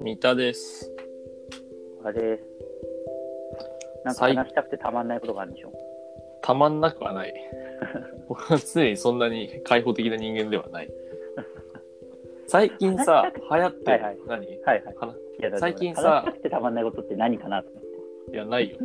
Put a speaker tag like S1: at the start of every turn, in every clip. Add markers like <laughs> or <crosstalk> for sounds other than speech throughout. S1: 三田です。
S2: あれ、なんか
S1: 最
S2: 話したくてたまんないことがあるんでしょ。
S1: たまんなくはない。僕は常にそんなに開放的な人間ではない。最近さ、流行ってる、
S2: はいはい
S1: 何
S2: はいはい。
S1: かない
S2: やだって
S1: 最近さ
S2: 話したくてたまんないことって何かなと思っ
S1: いや、ないよ。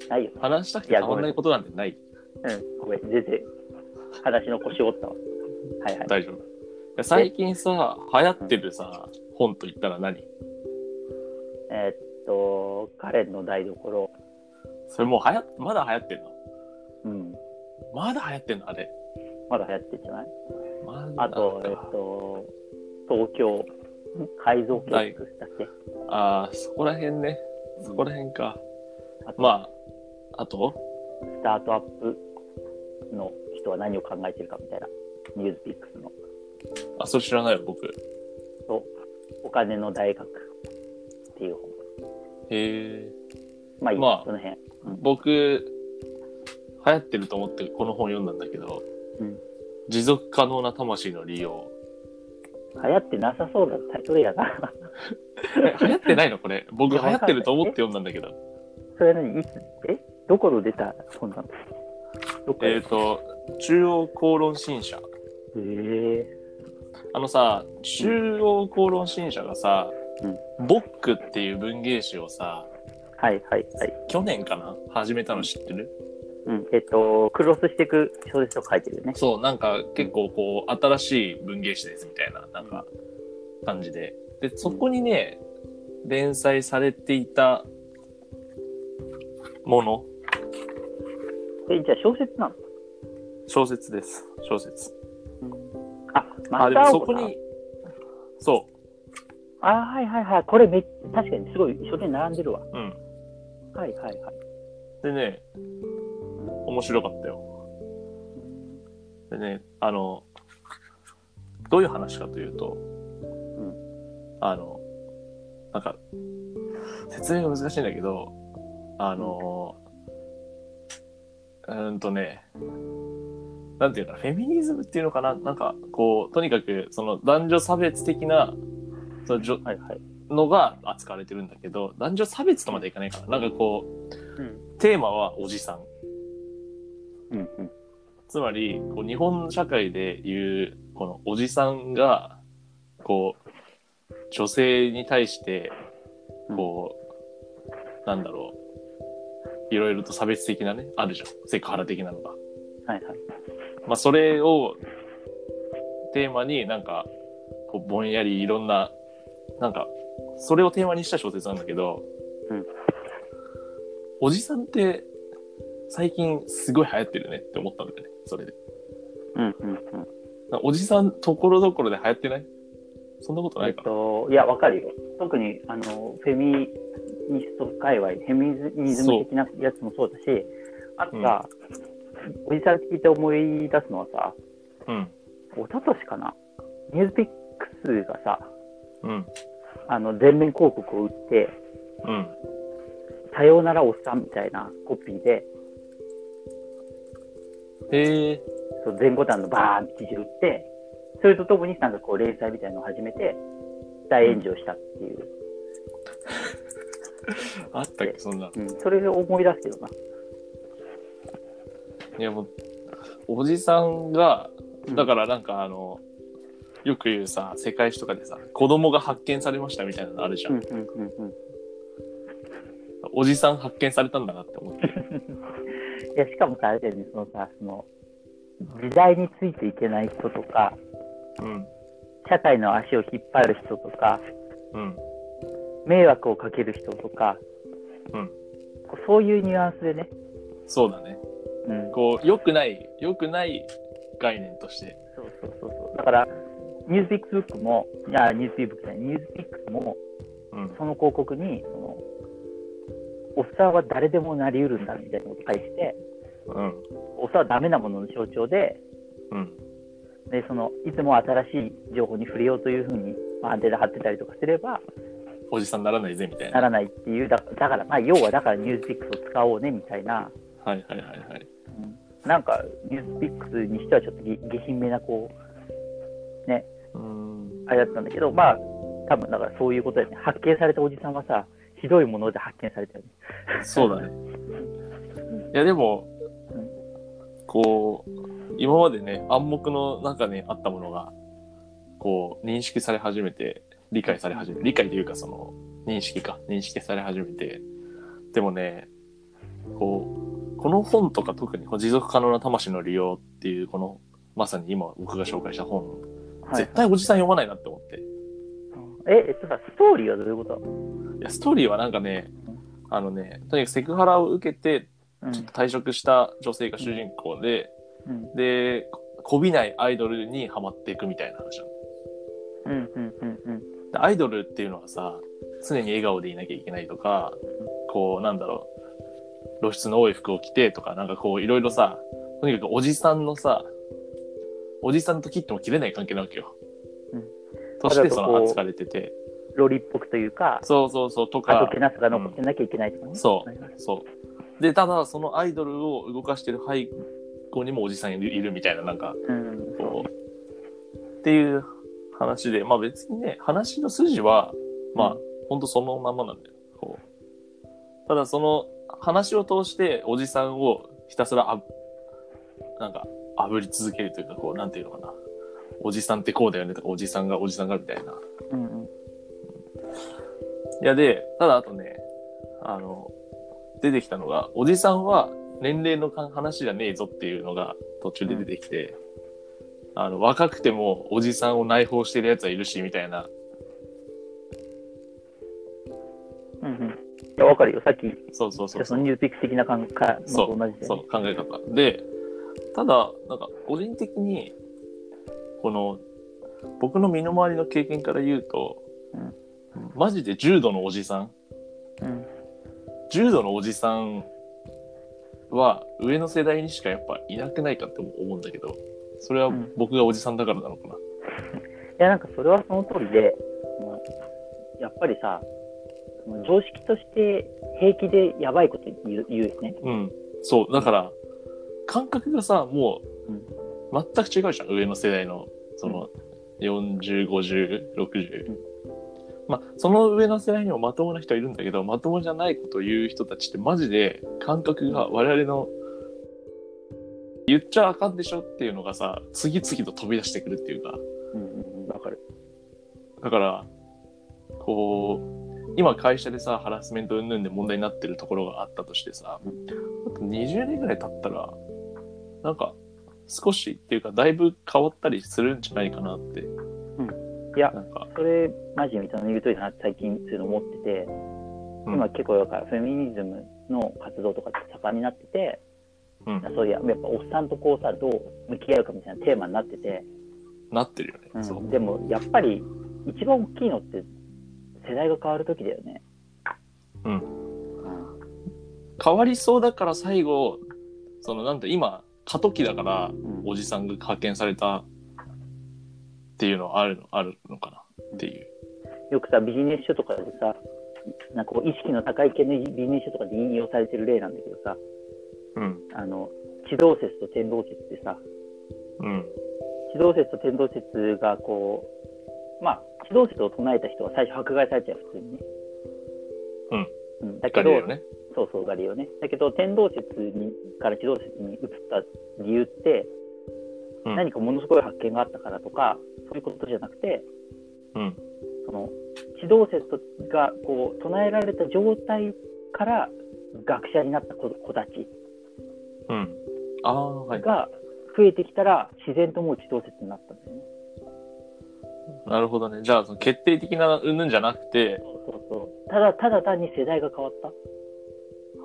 S2: て。ないよ。
S1: 話したくてたまんないことなんてない。
S2: うん。ごめん、全然。話の腰折ったわ。はいはい。
S1: 大丈夫。いや最近さ、流行ってるさ、本と言ったら何
S2: えーっと、カレンの台所。
S1: それもう流行っ、まだ流行ってんの
S2: うん。
S1: まだ流行ってんのあれ。
S2: まだ流行ってんじゃない
S1: まだ
S2: あと、えーっと、東京、ん改造教室だっけ
S1: あーそこら辺ね。そこら辺か。
S2: あと、
S1: まあ、あと
S2: スタートアップの人は何を考えてるかみたいな。ニュースピックスの。
S1: あ、それ知らないよ、僕。へ
S2: と、お金の大学っていう本。
S1: え。
S2: まあいい、
S1: まあ
S2: その辺。
S1: 僕、流行ってると思ってこの本読んだんだけど、
S2: うん
S1: 持続可能な魂の利 <laughs> 用。
S2: 流行ってなさそうなタイトルやな。 <laughs>
S1: え流行ってないのこれ。僕
S2: い
S1: 流
S2: や
S1: 行ってると思って読んだんだけど。
S2: それは何いつえどこの出た本なのどこ
S1: えっ、
S2: へ
S1: と、中央公論新社。
S2: え
S1: あのさ、中央公論新社がさ、ボックっていう文芸誌をさ、
S2: はいはいはい。
S1: 去年かな始めたの知ってる、
S2: うん、えっ、と、クロスしていく小説を書いてるよね。
S1: そう、なんか結構こう、新しい文芸誌ですみたいな、なんか感じで。で、そこにね、連載されていたもの、
S2: え、じゃあ小説なの、
S1: 小説です。小説。
S2: あ、
S1: あ、
S2: ま
S1: でも
S2: た
S1: そこに、そ
S2: あ、はいはいはい。これめっ確かにすごい書店並んでるわ。
S1: う、うん。
S2: はいはいはい。
S1: でね、面白かったよ。でね、あの、どういう話かというと、
S2: ん
S1: あの、なんか、説明が難しいんだけど、あの、うーんとね、なんていうかな、フェミニズムっていうのかな、なんか、こう、とにかく、その男女差別的な、その女
S2: はいはい。
S1: のが扱われてるんだけど、男女差別とまでいかないから、なんかこう、
S2: うん。
S1: テーマはおじさん。
S2: うんうん。
S1: つまり、こう日本社会でいう、このおじさんが、こう、女性に対して、こう、なんだろう、いろいろと差別的なね、あるじゃん。セクハラ的なのが。
S2: はいはい。
S1: まあ、それをテーマになんか、こうぼんやりいろんな、なんか、それをテーマにした小説なんだけど、
S2: うん
S1: おじさんって最近すごい流行ってるねって思ったんだよね、それで。
S2: うんうんうん。
S1: なんかおじさんところどころで流行ってないそんなことな
S2: え
S1: い
S2: っ
S1: かな。
S2: と、いや、わかるよ。特に、あの、フェミニスト界隈、フェミニズム的なやつもそうだし、あとさ、おじさん聞いて思い出すのはさ、
S1: うん。
S2: おととしかな、ニュースピックスがさ、
S1: うん。
S2: あの、全面広告を打って、
S1: うん。
S2: さようならおっさんみたいなコピーで、
S1: へえ。
S2: そう前後段のバーンって記事を打って、それとともになんかこう連載みたいなのを始めて、大炎上したっていう、
S1: あったっけ、そんな。
S2: うん、それを思い出すけどな。
S1: いやもう、おじさんが、
S2: うん
S1: だからなんかあの、よく言うさ、世界史とかでさ、子供が発見されましたみたいなのあるじゃん。
S2: うんうんうんうん。
S1: おじさん発見されたんだなって思って。
S2: いやしかもさ、あれだよね、そのさ、その、時代についていけない人とか、
S1: うん。
S2: 社会の足を引っ張る人とか、
S1: うん。
S2: 迷惑をかける人とか、
S1: うん
S2: こうそういうニュアンスでね、
S1: そうだね。
S2: うん、
S1: こう、良くない、良くない概念として。
S2: そうそうそうそう。だから、ニュースピックスブックも、いや、ニュースピックスじゃない、ニュースピックスも、
S1: うん。
S2: その広告に、その、おっさんは誰でもなりうるんだみたいなことを書いて、
S1: うん。
S2: おっさんはダメなものの象徴で、
S1: うん。
S2: でそのいつも新しい情報に触れようというふうにまあアンテナ張ってたりとかすれば、
S1: おじさんにならないぜみたい
S2: な
S1: な。
S2: らないっていうだだからまあ要はだからニュースピックスを使おうねみたいな、
S1: はいはいはいはい。
S2: うんなんか、ニュースピックスにしてはちょっと下下品めな、こ
S1: うん
S2: う、あれだったんだけど、まあ、多分だからそういうことだよね。発見されたおじさんはさ、ひどいもので発見されたよね。
S1: そうだね。いや、でも、こう、今までね、暗黙の中にあったものが、こう、認識され始めて、理解され始め理解というか、その、認識か、認識され始めて、でもね、こう、この本とか特に、こう持続可能な魂の利用っていう、この、まさに今僕が紹介した本、
S2: はい
S1: 絶。対おじさん読まないなって思って。
S2: え、えっとさ、ストーリーはどういうこと
S1: いや、ストーリーはなんかね、あのね、とにかくセクハラを受けて、
S2: うん
S1: ちょっと退職した女性が主人公で、
S2: うん
S1: で、こびないアイドルにハマっていくみたいな話なの
S2: うんうんうんうん。
S1: でアイドルっていうのはさ、常に笑顔でいなきゃいけないとか、こう、なんだろう、露出の多い服を着てとか、なんかこう、いろいろさ、とにかくおじさんのさ、おじさんと切っても切れない関係なわけよ
S2: うん。
S1: として
S2: だ
S1: そ
S2: からこう
S1: の扱われてて。
S2: ロリっぽくというか、
S1: そうそうそう、とか。
S2: あとけなさが残ってなきゃいけないとかね。
S1: うんそう
S2: はいはい
S1: そう。で、ただ、そのアイドルを動かしてる背後にもおじさんいるいるみたいな、なんか、
S2: うん、そう
S1: こう、っていう話で、まあ別にね、話の筋は、まあ、ほんとそのままなんだよ。こう。ただ、その話を通して、おじさんをひたすらあ、なんか、炙り続けるというか、こう、なんていうのかな。おじさんってこうだよねとか、おじさんがおじさんがみたいな。
S2: うんうん
S1: いや、で、ただあとね、あの、出てきたのが、おじさんは年齢のか話じゃねえぞっていうのが途中で出てきて、あの、若くてもおじさんを内包してる奴はいるし、みたいな。
S2: うんうん。いや、わかるよ。さっき、
S1: そうそうそう
S2: そ
S1: そう
S2: の。ニューピックス的な感覚
S1: そ
S2: と同じで。
S1: そう、考え方。で、ただ、なんか、個人的に、この、僕の身の回りの経験から言うと、
S2: うん
S1: マジで重度のおじさん
S2: うん。
S1: 重度のおじさんは上の世代にしかやっぱいなくないかって思うんだけどそれは僕がおじさんだからなのかな、
S2: いや、なんかそれはその通りで、もうやっぱりさ、その常識として平気でやばいこと言う言うよね。
S1: うんそうだから感覚がさもう
S2: うん
S1: 全く違うじゃん上の世代のその405060、
S2: うん
S1: まあその上の世代にもまともな人はいるんだけどまともじゃないことを言う人たちってマジで感覚が我々の言っちゃあかんでしょっていうのがさ次々と飛び出してくるっていうか
S2: うんうん、わかる。
S1: だから、こう、今会社でさ、ハラスメント云々で問題になってるところがあったとしてさ、
S2: う
S1: あと20年ぐらい経ったら、なんか、少しっていうか、だいぶ変わったりするんじゃないかなって。
S2: いや、
S1: なんか、
S2: それ、マジで三田の言う通りだなって最近そういうの思ってて、
S1: うん
S2: 今結構だからフェミニズムの活動とかって盛んになってて、
S1: うん、
S2: そういや、やっぱおっさんとこうさ、どう向き合うかみたいなテーマになってて、。
S1: なってるよね。そううん
S2: でもやっぱり一番大きいのって世代が変わるときだよね。
S1: うん
S2: うん。
S1: 変わりそうだから最後、その、なんて今、過渡期だから、
S2: うん
S1: おじさんが派遣されたっていうのはあるの、あるのかなっていう。
S2: よくさ、ビジネス書とかでさ、なんかこう意識の高い系のビジネス書とかで引用されてる例なんだけどさ、
S1: うん。
S2: あの、地動説と天動説ってさ、
S1: うん。
S2: 地動説と天動説がこう、まあ、地動説を唱えた人は最初迫害されちゃう、普通にね。うん。だけ
S1: 光だ
S2: ど
S1: よ、ね。
S2: そうそう、ガリをね。だけど、天動説にから地動説に移った理由って、
S1: うん
S2: 何かものすごい発見があったからとか、そういうことじゃなくて、
S1: うん。
S2: その地動説がこう唱えられた状態から学者になった子子たち
S1: うん。ああ、はい。
S2: が増えてきたら、自然ともう地動説になったんだよね。
S1: なるほどね。じゃあ、その決定的な云々じゃなくて、
S2: そうそうそう。ただ、ただ単に世代が変わった。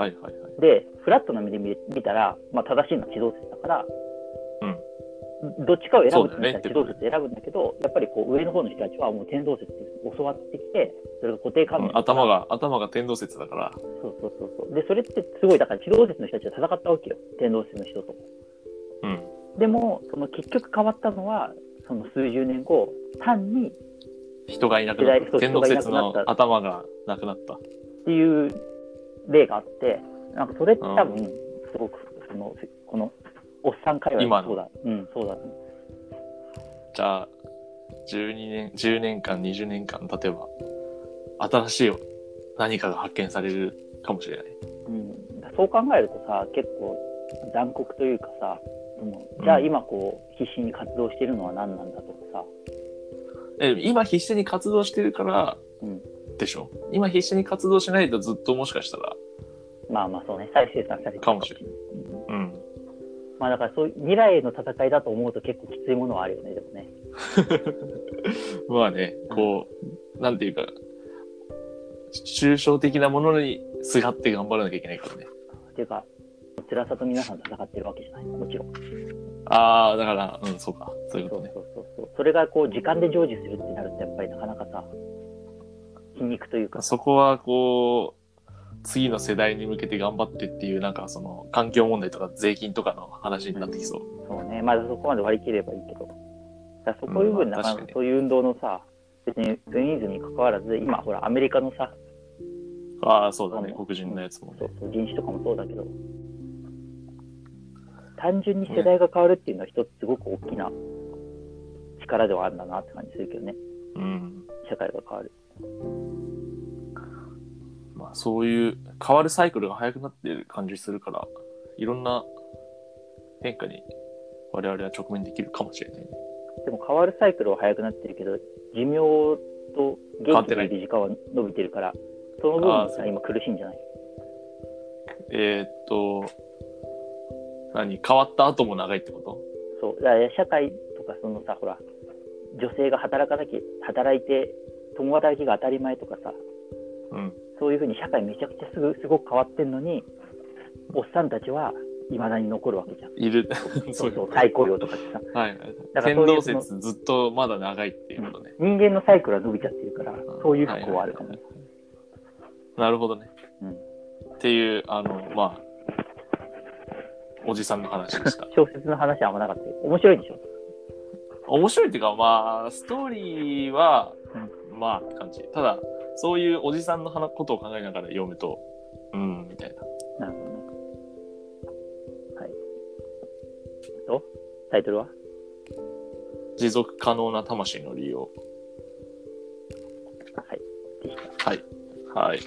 S1: はいはいはい。
S2: で、フラットな目で見見たら、まあ、正しいのは地動説だから、どっちかを選ぶってなった
S1: そうだよ
S2: ら地動
S1: ね
S2: 説選ぶんだけど、やっぱりこう上の方の人たちはもう天動説って教わってきて、それが固定観
S1: う
S2: 念、
S1: ん、頭が、頭が天動説だから。
S2: そうそうそうそう。で、それってすごい、だから地動説の人たちは戦ったわけよ、天動説の人と。
S1: うん。
S2: でも、その結局変わったのは、その数十年後、単にっ
S1: 人がいなくなっ
S2: 時代そ
S1: た。
S2: う
S1: 天動説
S2: 人がいな
S1: の
S2: くなった
S1: 頭がなくなった。
S2: ていう例があって、なんかそれって多分、すごく、その、このおっさん界隈
S1: 今の
S2: そうだ。うん、そうだ。
S1: じゃあ、12年、10年間、20年間経てば、新しい何かが発見されるかもしれない。
S2: うん、そう考えるとさ、結構残酷というかさ、うんじゃあ
S1: うん
S2: 今こう、必死に活動してるのは何なんだとかさ、
S1: え今必死に活動してるから、
S2: うん
S1: でしょ今必死に活動しないとずっともしかしたら、
S2: まあまあそうね、再生産されてる
S1: かもしれ
S2: ない。うん
S1: うん。
S2: まあだからそういう未来への戦いだと思うと結構きついものはあるよね、でもね。
S1: まあね、こう、なんていうか、抽象的なものにすがって頑張らなきゃいけないからね。
S2: っていうか、辛さと皆さん戦ってるわけじゃない、もちろん。
S1: ああ、だから、うん、そうか。そういうこ
S2: そ
S1: と
S2: う
S1: ね。
S2: そうそうそう。それがこう、時間で成就するってなると、やっぱりなかなかさ、筋肉というか、
S1: そこは、こう、次の世代に向けて頑張ってっていう、なんかその、環境問題とか税金とかの話になってきそう。
S2: そうね、まだそこまで割り切ればいいけど、だからそこいう部
S1: うん
S2: 分、
S1: まあ
S2: なか
S1: 確か
S2: なか
S1: に
S2: そういう運動のさ、別にフェミニズムに関わらず、今、ほら、アメリカのさ、
S1: ああ、そうだね。
S2: うん
S1: 黒人のやつもね
S2: そうそう人種とかもそうだけど、単純に世代が変わるっていうのは、一つすごく大きな力ではあるんだなって感じするけどね、
S1: うん。
S2: 社会が変わる。
S1: まあ、そういう、変わるサイクルが早くなってる感じするから、いろんな変化に我々は直面できるかもしれないね。
S2: でも変わるサイクルは早くなってるけど、寿命と元気でいる時間は伸びてるから、その
S1: あー
S2: 分
S1: そ
S2: さ、
S1: う
S2: 今苦しいんじゃない
S1: えーっと、何変わった後も長いってこと
S2: そう、だから社会とか、そのさ、ほら、女性が働かなきゃ、働いて、共働きが当たり前とかさ、
S1: うん。
S2: そういうふうに社会めちゃくちゃすぐすごく変わってんのに、おっさんたちはいまだに残るわけじゃん。
S1: いる。 <laughs>
S2: そうそう、
S1: はい
S2: 再雇用とかでさ、
S1: はい。
S2: だか
S1: 天
S2: らそうい
S1: 動
S2: うその
S1: 説ずっとまだ長いっていうことね。
S2: 人間のサイクルは伸びちゃってるから
S1: うん、
S2: そういう不幸はあるかもね。
S1: なるほどね。
S2: うん
S1: っていう、あの、まあ、おじさんの話で
S2: <laughs>
S1: した。
S2: 小説の話はあんまなかったけど、面白いでしょ。
S1: 面白いっていうか、まあ、ストーリーは、まあって感じ。ただ、そういうおじさんの話ことを考えながら読むと、うん、みたいな。
S2: なるほどね。はい。と、タイトルは
S1: 持続可能な魂の利用。
S2: はい。ぜひ
S1: はい。